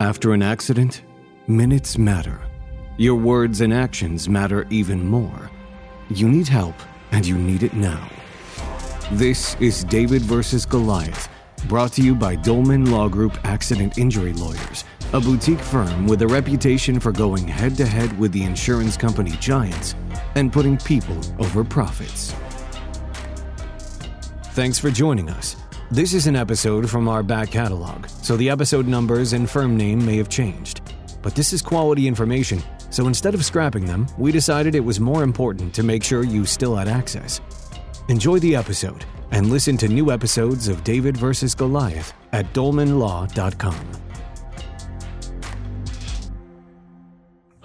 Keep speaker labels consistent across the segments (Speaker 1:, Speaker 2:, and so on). Speaker 1: After an accident, minutes matter. Your words and actions matter even more. You need help, and you need it now. This is David versus Goliath, brought to you by Dolman Law Group Accident Injury Lawyers, a boutique firm with a reputation for going head to head with the insurance company giants and putting people over profits. Thanks for joining us. This is an episode from our back catalog, so the episode numbers and firm name may have changed. But this is quality information, so instead of scrapping them, we decided it was more important to make sure you still had access. Enjoy the episode and listen to new episodes of David vs. Goliath at dolmanlaw.com.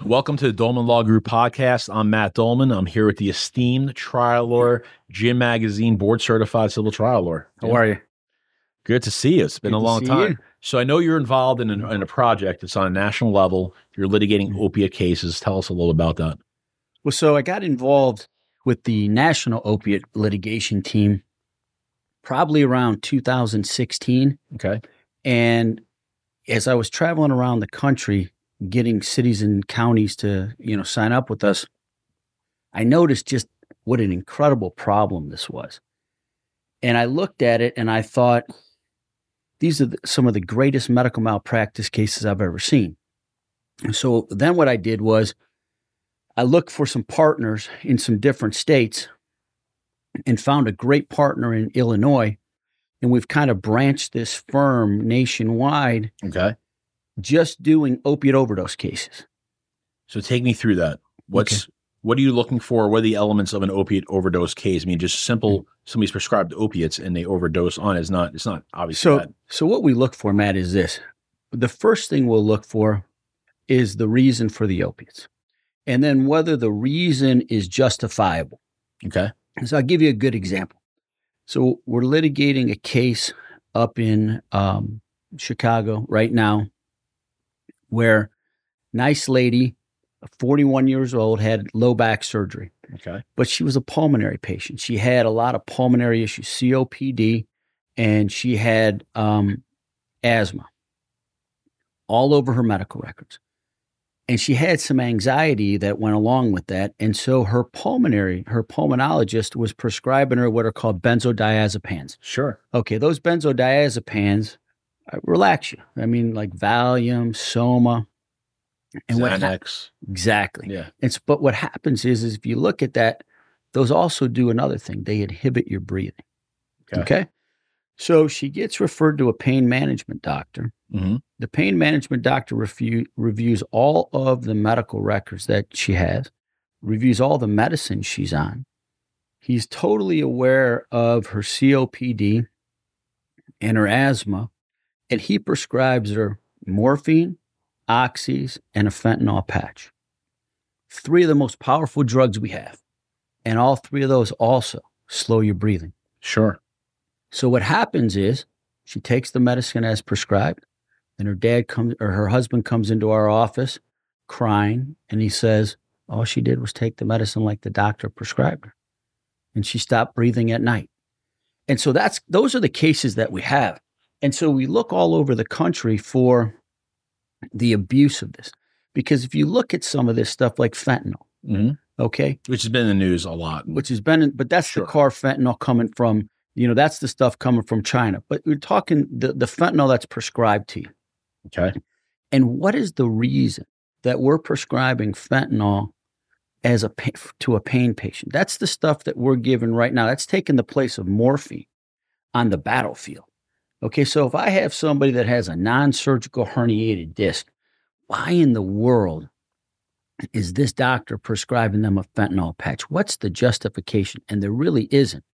Speaker 2: Welcome to the Dolman Law Group podcast. I'm Matt Dolman. I'm here with the esteemed trial lawyer, Jim Magazine board certified civil trial lawyer.
Speaker 3: How are you?
Speaker 2: Good to see you. It's been
Speaker 3: Good
Speaker 2: a
Speaker 3: to
Speaker 2: long
Speaker 3: see
Speaker 2: time.
Speaker 3: you.
Speaker 2: So I know you're involved in, an, in a project that's on a national level. You're
Speaker 3: Mm-hmm.
Speaker 2: litigating opiate cases. Tell us a little about that.
Speaker 3: Well, so I got involved with the National Opiate Litigation Team probably around 2016.
Speaker 2: Okay.
Speaker 3: And as I was traveling around the country, getting cities and counties to, you know, sign up with us, I noticed just what an incredible problem this was. And I looked at it and I thought, these are the, some of the greatest medical malpractice cases I've ever seen. And so then what I did was I looked for some partners in some different states and found a great partner in Illinois. And we've kind of branched this firm nationwide
Speaker 2: Okay.
Speaker 3: just doing opiate overdose cases.
Speaker 2: So take me through that. What's what are you looking for? What are the elements of an opiate overdose case? I mean, just simple
Speaker 3: Mm-hmm.
Speaker 2: somebody's prescribed opiates and they overdose on is not it's not obviously
Speaker 3: So,
Speaker 2: that.
Speaker 3: so what we look for, Matt, is this. The first thing we'll look for is the reason for the opiates, and then whether the reason is justifiable.
Speaker 2: Okay.
Speaker 3: So I'll give you a good example. So we're litigating a case up in um, Chicago right now where nice lady, 41 years old, had low back surgery
Speaker 2: Okay.
Speaker 3: but she was a pulmonary patient. She had a lot of pulmonary issues, COPD, and she had um, asthma all over her medical records. And she had some anxiety that went along with that. And so her pulmonary, her pulmonologist was prescribing her what are called benzodiazepines.
Speaker 2: Sure.
Speaker 3: Okay, those benzodiazepines uh, relax you. I mean, like Valium, Soma. And what hap-
Speaker 2: Xanax.
Speaker 3: exactly.
Speaker 2: Yeah.
Speaker 3: It's but what happens is, is if you look at that, those also do another thing. They inhibit your breathing.
Speaker 2: Okay.
Speaker 3: So she gets referred to a pain management doctor.
Speaker 2: Mm-hmm.
Speaker 3: The pain management doctor refu- reviews all of the medical records that she has, reviews all the medicine she's on. He's totally aware of her COPD and her asthma, and he prescribes her morphine, oxys, and a fentanyl patch. Three of the most powerful drugs we have. And all three of those also slow your breathing.
Speaker 2: Sure.
Speaker 3: So what happens is she takes the medicine as prescribed, and her dad comes or her husband comes into our office crying, and he says, All she did was take the medicine like the doctor prescribed her. And she stopped breathing at night. And so that's those are the cases that we have. And so we look all over the country for the abuse of this. Because if you look at some of this stuff like fentanyl,
Speaker 2: Mm-hmm.
Speaker 3: okay,
Speaker 2: which has been in the news a lot.
Speaker 3: which has been, but that's
Speaker 2: Sure.
Speaker 3: the car fentanyl coming from, you know, that's the stuff coming from China. But we're talking the, the fentanyl that's prescribed to you.
Speaker 2: Okay.
Speaker 3: And what is the reason that we're prescribing fentanyl as a pa- to a pain patient? That's the stuff that we're giving right now. That's taking the place of morphine on the battlefield. Okay, so if I have somebody that has a non-surgical herniated disc, why in the world is this doctor prescribing them a fentanyl patch? What's the justification? And there really isn't.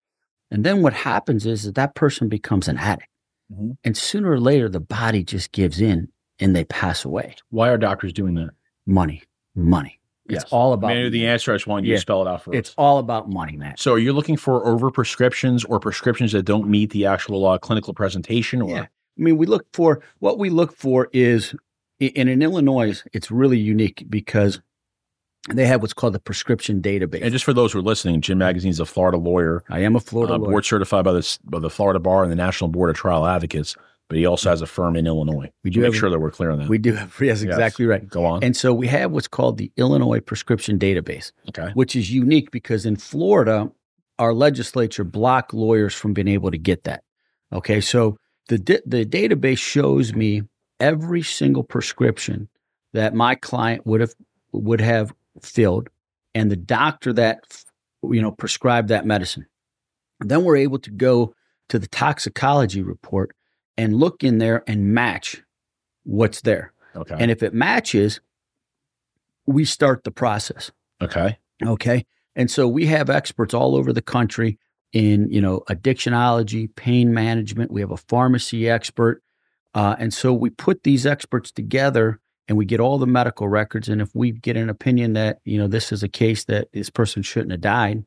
Speaker 3: And then what happens is that that person becomes an addict.
Speaker 2: Mhm.
Speaker 3: And sooner or later, the body just gives in and they pass away.
Speaker 2: Why are doctors doing that?
Speaker 3: Money, money.
Speaker 2: Yes.
Speaker 3: It's all about
Speaker 2: I knew the answer. I just wanted you
Speaker 3: Yeah.
Speaker 2: to spell it out for
Speaker 3: It's
Speaker 2: us.
Speaker 3: all about money, man.
Speaker 2: So, are you looking for overprescriptions or prescriptions that don't meet the actual uh, clinical presentation? Or
Speaker 3: Yeah. I mean, we look for what we look for is, i- and in Illinois, it's really unique because they have what's called the prescription database.
Speaker 2: and just for those who are listening, Jim Magazine is a Florida lawyer,
Speaker 3: I am a Florida
Speaker 2: uh,
Speaker 3: lawyer.
Speaker 2: board certified by the s- by the Florida Bar and the National Board of Trial Advocates. but he also has a firm in Illinois.
Speaker 3: Mm. We
Speaker 2: So
Speaker 3: do
Speaker 2: make
Speaker 3: have-
Speaker 2: sure that we're clear on that.
Speaker 3: We do have, yes, exactly right.
Speaker 2: Go on.
Speaker 3: And so we have what's called the Illinois Prescription Database,
Speaker 2: okay.
Speaker 3: which is unique because in Florida, our legislature blocked lawyers from being able to get that. Okay, so the di- the database shows me every single prescription that my client would have would have filled, and the doctor that you know prescribed that medicine. Then we're able to go to the toxicology report and look in there and match what's there.
Speaker 2: Okay.
Speaker 3: And if it matches, we start the process.
Speaker 2: okay.
Speaker 3: Okay. And so we have experts all over the country in, you know, addictionology, pain management. We have a pharmacy expert. Uh, and so we put these experts together and we get all the medical records. And if we get an opinion that, you know, this is a case that this person shouldn't have died,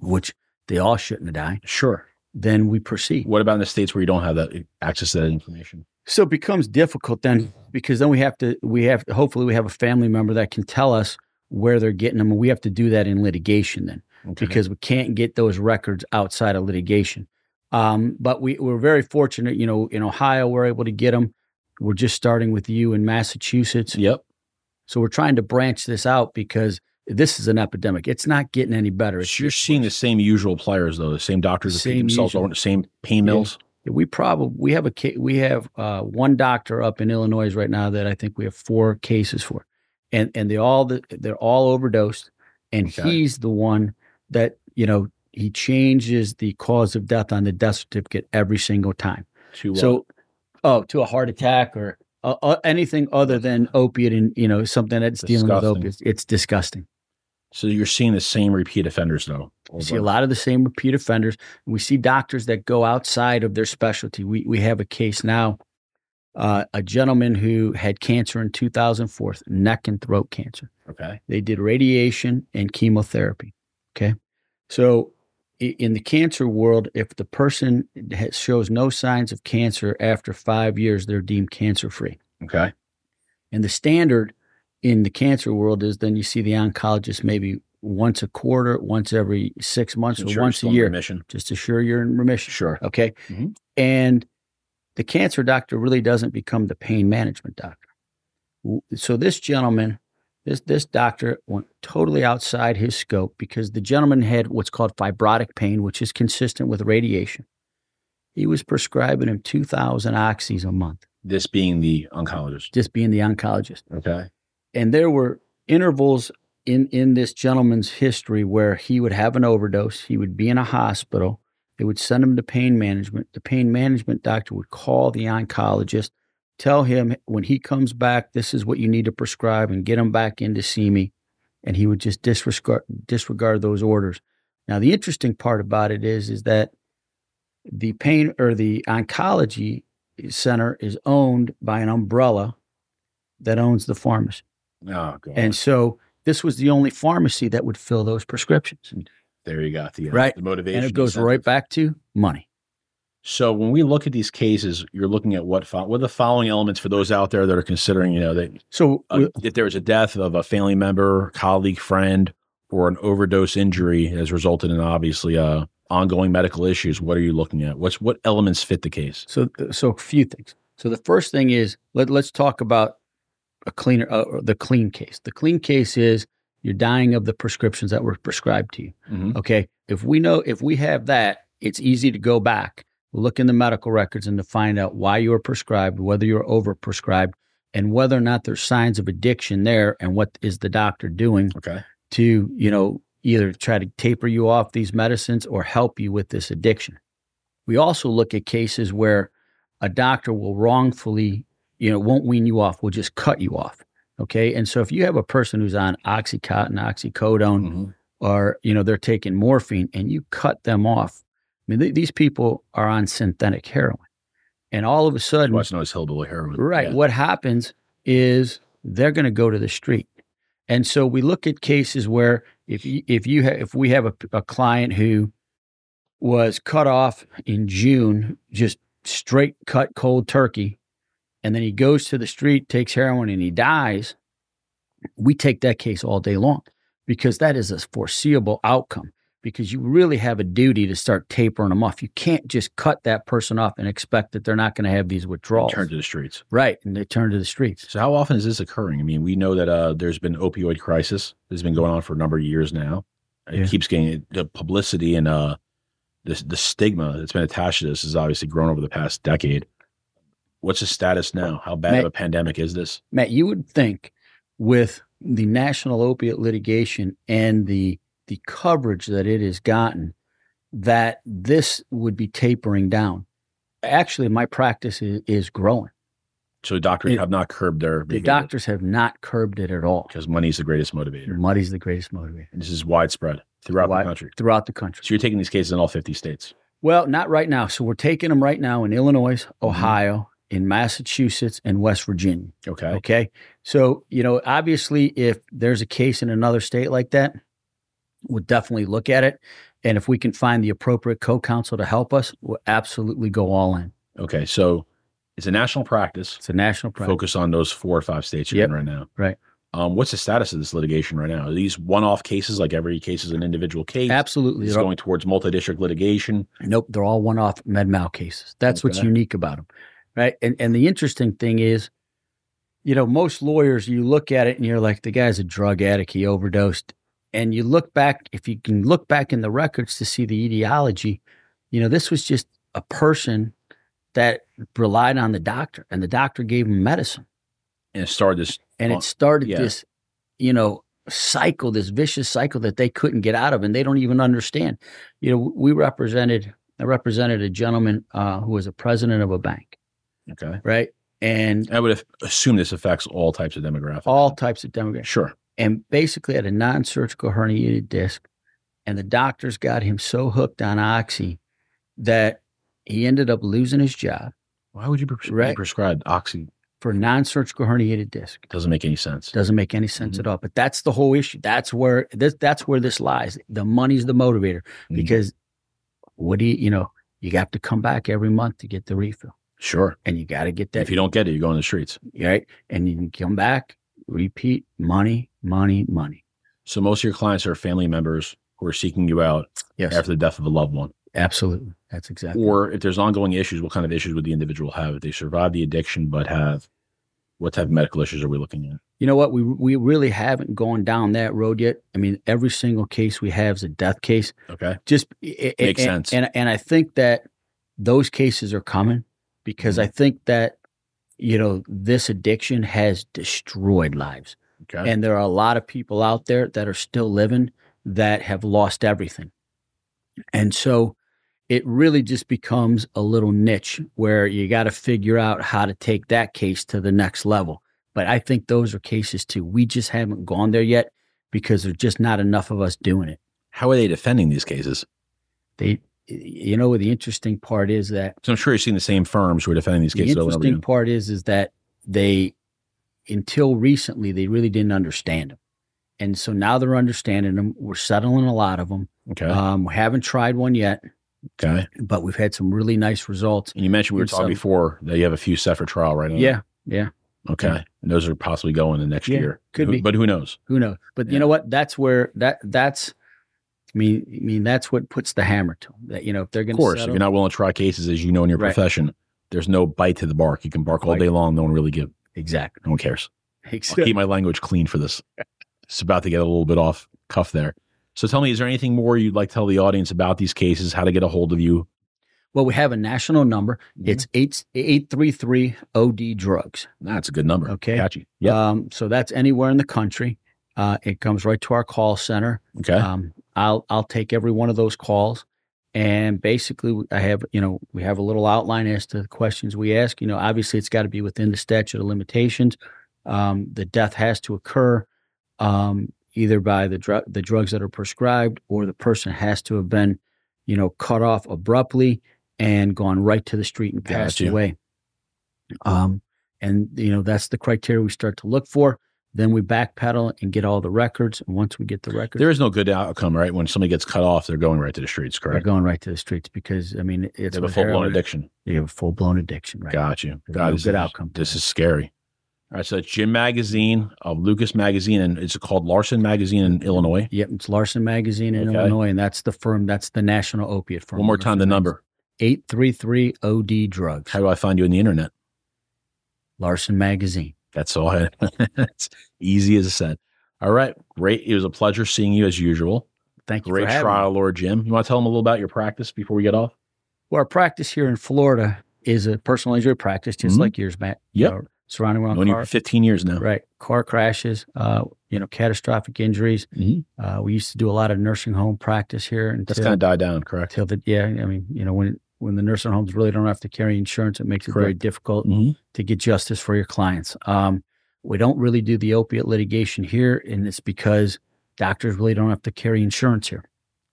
Speaker 3: which they all shouldn't have died,
Speaker 2: Sure.
Speaker 3: then we proceed.
Speaker 2: What about in the states where you don't have that uh, access to that information?
Speaker 3: So it becomes difficult then because then we have to we have hopefully we have a family member that can tell us where they're getting them and we have to do that in litigation then
Speaker 2: Okay.
Speaker 3: because we can't get those records outside of litigation. Um, but we we're very fortunate, you know, in Ohio we're able to get them. We're just starting with you in Massachusetts.
Speaker 2: yep.
Speaker 3: So we're trying to branch this out because this is an epidemic. It's not getting any better. It's
Speaker 2: You're
Speaker 3: just
Speaker 2: seeing
Speaker 3: worse.
Speaker 2: the same usual players though, the same doctors that
Speaker 3: Same
Speaker 2: pick themselves
Speaker 3: usual.
Speaker 2: over the same pain mills.
Speaker 3: We probably we have a ca- we have uh, one doctor up in Illinois right now that I think we have four cases for, and and they all the, they're all overdosed, and
Speaker 2: Okay.
Speaker 3: he's the one that you know he changes the cause of death on the death certificate every single time.
Speaker 2: To, uh,
Speaker 3: So, oh, to a heart attack or uh, uh, anything other than opiate and you know something that's dealing with
Speaker 2: Disgusting.
Speaker 3: opiates, it's disgusting.
Speaker 2: so you're seeing the same repeat offenders though.
Speaker 3: We see a lot of the same repeat offenders. We see doctors that go outside of their specialty. We we have a case now, uh, a gentleman who had cancer in 2004, neck and throat cancer.
Speaker 2: Okay.
Speaker 3: They did radiation and chemotherapy. Okay, so i- in the cancer world, if the person ha- shows no signs of cancer after five years, they're deemed cancer free.
Speaker 2: Okay.
Speaker 3: And the standard in the cancer world is then you see the oncologist maybe once a quarter, once every six months,
Speaker 2: So you're
Speaker 3: or once a
Speaker 2: still in
Speaker 3: year
Speaker 2: remission.
Speaker 3: just to sure you're in remission.
Speaker 2: Sure.
Speaker 3: Okay.
Speaker 2: Mhm.
Speaker 3: And the cancer doctor really doesn't become the pain management doctor. W- So this gentleman, this this doctor went totally outside his scope because the gentleman had what's called fibrotic pain, which is consistent with radiation. He was prescribing him 2,000 oxys a month,
Speaker 2: This being the oncologist.
Speaker 3: just being the oncologist
Speaker 2: Okay.
Speaker 3: and there were intervals in in this gentleman's history where he would have an overdose he would be in a hospital they would send him to pain management the pain management doctor would call the oncologist tell him when he comes back this is what you need to prescribe and get him back in to see me and he would just disregard disregard those orders now the interesting part about it is is that the pain or the oncology center is owned by an umbrella that owns the pharmacy
Speaker 2: Oh god.
Speaker 3: and so this was the only pharmacy that would fill those prescriptions.
Speaker 2: there you got the uh,
Speaker 3: Right.
Speaker 2: the motivation.
Speaker 3: And it goes right
Speaker 2: incentive.
Speaker 3: back to money.
Speaker 2: So when we look at these cases, you're looking at what fo- what are the following elements for those out there that are considering, you know, that
Speaker 3: So
Speaker 2: uh, if there was a death of a family member, colleague, friend, or an overdose injury has resulted in obviously uh, ongoing medical issues, what are you looking at? What's what elements fit the case?
Speaker 3: so so a few things. So the first thing is let, let's talk about a cleaner uh, or the clean case. The clean case is you're dying of the prescriptions that were prescribed to you.
Speaker 2: Mhm.
Speaker 3: Okay. If we know, if we have that, it's easy to go back, look in the medical records and to find out why you were prescribed, whether you're overprescribed, and whether or not there's signs of addiction there and what is the doctor doing
Speaker 2: Okay.
Speaker 3: to, you know, either try to taper you off these medicines or help you with this addiction. We also look at cases where a doctor will wrongfully, you know, won't wean you off, will just cut you off. Okay. And so if you have a person who's on Oxycontin, Oxycodone,
Speaker 2: Mhm.
Speaker 3: are you know they're taking morphine and you cut them off i mean th- these people are on synthetic heroin and all of a
Speaker 2: That's
Speaker 3: sudden
Speaker 2: why it's known as hillbilly heroin.
Speaker 3: right
Speaker 2: Yeah.
Speaker 3: what happens is they're going to go to the street and so we look at cases where if you, if you ha- if we have a, a client who was cut off in june just straight cut cold turkey and then he goes to the street takes heroin and he dies we take that case all day long because that is a foreseeable outcome because you really have a duty to start tapering them off. You can't just cut that person off and expect that they're not going to have these withdrawals.
Speaker 2: Turn to the streets.
Speaker 3: right. And they turn to the streets.
Speaker 2: So how often is this occurring? I mean, we know that uh, there's been opioid crisis. It's been going on for a number of years now. It
Speaker 3: Yeah.
Speaker 2: keeps getting the publicity and uh, the the stigma that's been attached to this has obviously grown over the past decade. What's the status now? How bad of
Speaker 3: Ma-
Speaker 2: a pandemic is this?
Speaker 3: Matt, you would think with the national opiate litigation and the the coverage that it has gotten that this would be tapering down. Actually, my practice is, is growing.
Speaker 2: So doctors
Speaker 3: It-
Speaker 2: have not curbed their
Speaker 3: The doctors have not curbed it at all.
Speaker 2: because money's the greatest motivator.
Speaker 3: Money's the greatest motivator
Speaker 2: And this is widespread throughout
Speaker 3: Mm-hmm. Wide-
Speaker 2: the country.
Speaker 3: throughout the country.
Speaker 2: So you're taking these cases in all 50 states.
Speaker 3: Well, not right now. So we're taking them right now in Illinois, Ohio, in Massachusetts, and West Virginia.
Speaker 2: Okay.
Speaker 3: Okay. So, you know, obviously, if there's a case in another state like that, we'll definitely look at it. And if we can find the appropriate co counsel to help us, we'll absolutely go all in.
Speaker 2: Okay. So it's a national practice.
Speaker 3: It's a national problem.
Speaker 2: Focus on those four or five states you're
Speaker 3: Yep.
Speaker 2: in right now.
Speaker 3: Right.
Speaker 2: Um, what's the status of this litigation right now? Are these one-off cases, like every case is an individual case?
Speaker 3: Absolutely.
Speaker 2: It's
Speaker 3: They're all-
Speaker 2: going towards multi-district litigation.
Speaker 3: nope. They're all one off med mal cases. That's what's
Speaker 2: Okay.
Speaker 3: unique about them. Right. And, and the interesting thing is, you know, most lawyers, you look at it and you're like, the guy's a drug addict. He overdosed. And you look back, if you can look back in the records to see the etiology, you know, this was just a person that relied on the doctor and the doctor gave him medicine.
Speaker 2: And it started this.
Speaker 3: And
Speaker 2: Oh,
Speaker 3: it started
Speaker 2: yeah.
Speaker 3: this, you know, cycle, this vicious cycle that they couldn't get out of and they don't even understand. You know, we represented, I represented a gentleman uh, who was a president of a bank,
Speaker 2: Okay.
Speaker 3: right? And
Speaker 2: I would have assumed this affects all types of demographics.
Speaker 3: all types of demographics.
Speaker 2: Sure.
Speaker 3: and basically had a non-surgical herniated disc and the doctors got him so hooked on oxy that he ended up losing his job
Speaker 2: Why would you pres- be
Speaker 3: Right.
Speaker 2: prescribed oxy?
Speaker 3: for a non-surgical herniated disc
Speaker 2: Doesn't make any sense.
Speaker 3: doesn't make any sense
Speaker 2: Mm-hmm.
Speaker 3: at all but that's the whole issue that's where this, that's where this lies the money's the motivator
Speaker 2: Mhm.
Speaker 3: because what do you you know you have to come back every month to get the refill
Speaker 2: Sure.
Speaker 3: and you got to get that
Speaker 2: if you don't get it, you go on the streets.
Speaker 3: right and you can come back repeat money money money
Speaker 2: So most of your clients are family members who are seeking you out
Speaker 3: yes
Speaker 2: after the death of a loved one.
Speaker 3: absolutely that's exactly
Speaker 2: Or if there's ongoing issues, what kind of issues would the individual have if they survive the addiction but have what type of medical issues are we looking at?
Speaker 3: You know what? We we really haven't gone down that road yet. I mean, every single case we have is a death case.
Speaker 2: Okay.
Speaker 3: Just makes
Speaker 2: Makes sense.
Speaker 3: And and I think that those cases are coming because
Speaker 2: Mm-hmm.
Speaker 3: I think that you know this addiction has destroyed lives,
Speaker 2: Okay.
Speaker 3: and there are a lot of people out there that are still living that have lost everything, and so it really just becomes a little niche where you got to figure out how to take that case to the next level. But I think those are cases too. We just haven't gone there yet because there's just not enough of us doing it.
Speaker 2: How are they defending these cases?
Speaker 3: They, you know, the interesting part is that
Speaker 2: So I'm sure you've seen the same firms who are defending these
Speaker 3: the
Speaker 2: cases over and over
Speaker 3: interesting
Speaker 2: again.
Speaker 3: part is is that they, until recently, they really didn't understand them, and so now they're understanding them. We're settling a lot of them.
Speaker 2: Okay.
Speaker 3: Um, we haven't tried one yet,
Speaker 2: okay.
Speaker 3: but we've had some really nice results.
Speaker 2: And you mentioned we were
Speaker 3: and
Speaker 2: talking
Speaker 3: some-
Speaker 2: before that you have a few set for trial right now.
Speaker 3: Yeah, yeah.
Speaker 2: Okay. And those are possibly going the next
Speaker 3: Yeah,
Speaker 2: year.
Speaker 3: could
Speaker 2: Who-
Speaker 3: be.
Speaker 2: But who knows?
Speaker 3: Who knows? But
Speaker 2: Yeah.
Speaker 3: you know what? That's where that that's. I mean, I mean that's what puts the hammer to 'em, That you know, if they're
Speaker 2: Of
Speaker 3: going
Speaker 2: course,
Speaker 3: to
Speaker 2: if you're not willing to try cases, as you know in your
Speaker 3: Right.
Speaker 2: profession, there's no bite to the bark. You can bark all
Speaker 3: Right.
Speaker 2: day long. No one really give.
Speaker 3: exactly,
Speaker 2: No one cares. I'll
Speaker 3: exactly.
Speaker 2: keep my language clean for this. It's about to get a little bit off cuff there. So tell me, is there anything more you'd like to tell the audience about these cases, how to get a hold of you?
Speaker 3: Well, we have a national number.
Speaker 2: Mm-hmm.
Speaker 3: It's eight eight three three OD drugs.
Speaker 2: That's a good number.
Speaker 3: Okay.
Speaker 2: Catchy. Yeah.
Speaker 3: Um, so that's anywhere in the country. Uh, it comes right to our call center.
Speaker 2: Okay.
Speaker 3: Um, I'll I'll take every one of those calls, and basically I have you know we have a little outline as to the questions we ask. You know, obviously it's got to be within the statute of limitations. Um, the death has to occur um, either by the drug the drugs that are prescribed or the person has to have been you know cut off abruptly and gone right to the street and passed
Speaker 2: Gotcha.
Speaker 3: away. Um, and you know that's the criteria we start to look for. Then we backpedal and get all the records. And once we get the records,
Speaker 2: there is no good outcome, right? When somebody gets cut off, they're going right to the streets,
Speaker 3: they're
Speaker 2: correct?
Speaker 3: going right to the streets because I mean
Speaker 2: They
Speaker 3: it's
Speaker 2: have a
Speaker 3: with
Speaker 2: full blown
Speaker 3: heroin.
Speaker 2: addiction.
Speaker 3: You have a full blown addiction, right?
Speaker 2: Got you.
Speaker 3: There's
Speaker 2: God,
Speaker 3: no
Speaker 2: this
Speaker 3: good
Speaker 2: is-
Speaker 3: outcome to
Speaker 2: This
Speaker 3: that.
Speaker 2: is scary. All right, so that's Jim Magazine of Lucas Magazine, and it's called Larson Magazine in Illinois.
Speaker 3: Yep, it's Larson Magazine in
Speaker 2: Okay.
Speaker 3: Illinois, and that's the firm. That's the national opiate firm.
Speaker 2: One more time, the number.
Speaker 3: eight three three OD drugs.
Speaker 2: How do I find you on the internet?
Speaker 3: Larson Magazine.
Speaker 2: That's all. I, it's easy as I said. All right, great. It was a pleasure seeing you as usual.
Speaker 3: Thank you.
Speaker 2: Great
Speaker 3: for having me.
Speaker 2: trial, Lord Jim. You want to tell them a little about your practice before we get off?
Speaker 3: Well, our practice here in Florida is a personal injury practice, just
Speaker 2: Mhm.
Speaker 3: like yours, Matt.
Speaker 2: Yep.
Speaker 3: You know, surrounding around
Speaker 2: Known you for
Speaker 3: car,
Speaker 2: 15 years now.
Speaker 3: right? Car crashes, uh, you know, catastrophic injuries.
Speaker 2: Mhm.
Speaker 3: Uh, we used to do a lot of nursing home practice here until
Speaker 2: That's kind of died down, correct?
Speaker 3: until the yeah. I mean, you know, when when the nursing homes really don't have to carry insurance, it makes it very
Speaker 2: Correct.
Speaker 3: difficult
Speaker 2: Mm-hmm.
Speaker 3: to get justice for your clients. Um, we don't really do the opiate litigation here, and it's because doctors really don't have to carry insurance here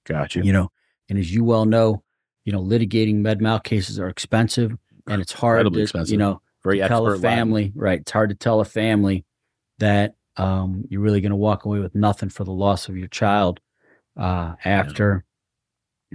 Speaker 2: Got you.
Speaker 3: you know and as you well know you know litigating med mal cases are expensive and it's hard
Speaker 2: Incredibly
Speaker 3: to
Speaker 2: expensive.
Speaker 3: you know
Speaker 2: Very
Speaker 3: tell
Speaker 2: expert
Speaker 3: a family right it's hard to tell a family that um, you're really going to walk away with nothing for the loss of your child uh, after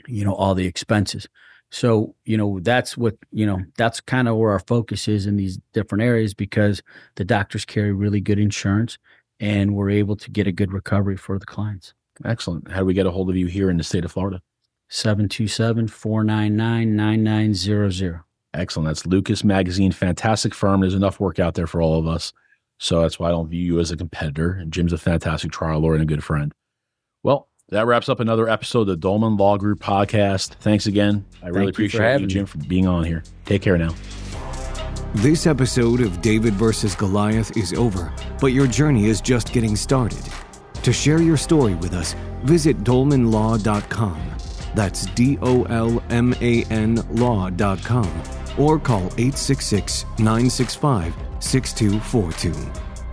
Speaker 3: you know all the expenses so you know that's what you know that's kind of where our focus is in these different areas because the doctors carry really good insurance and we're able to get a good recovery for the clients
Speaker 2: Latin. Excellent. How do we get a hold of you here in the state of Florida?
Speaker 3: 727 499 9900.
Speaker 2: Excellent. That's Lucas Magazine. Fantastic firm. There's enough work out there for all of us. So that's why I don't view you as a competitor. And Jim's a fantastic trial lawyer and a good friend. Well, that wraps up another episode of the Dolman Law Group podcast. Thanks again. I really
Speaker 3: you for
Speaker 2: appreciate you,
Speaker 3: having me.
Speaker 2: Jim, for being on here. Take care now.
Speaker 1: This episode of David versus Goliath is over, but your journey is just getting started. To share your story with us, visit dolmanlaw.com. That's D O L M A N law.com or call 866 965 6242.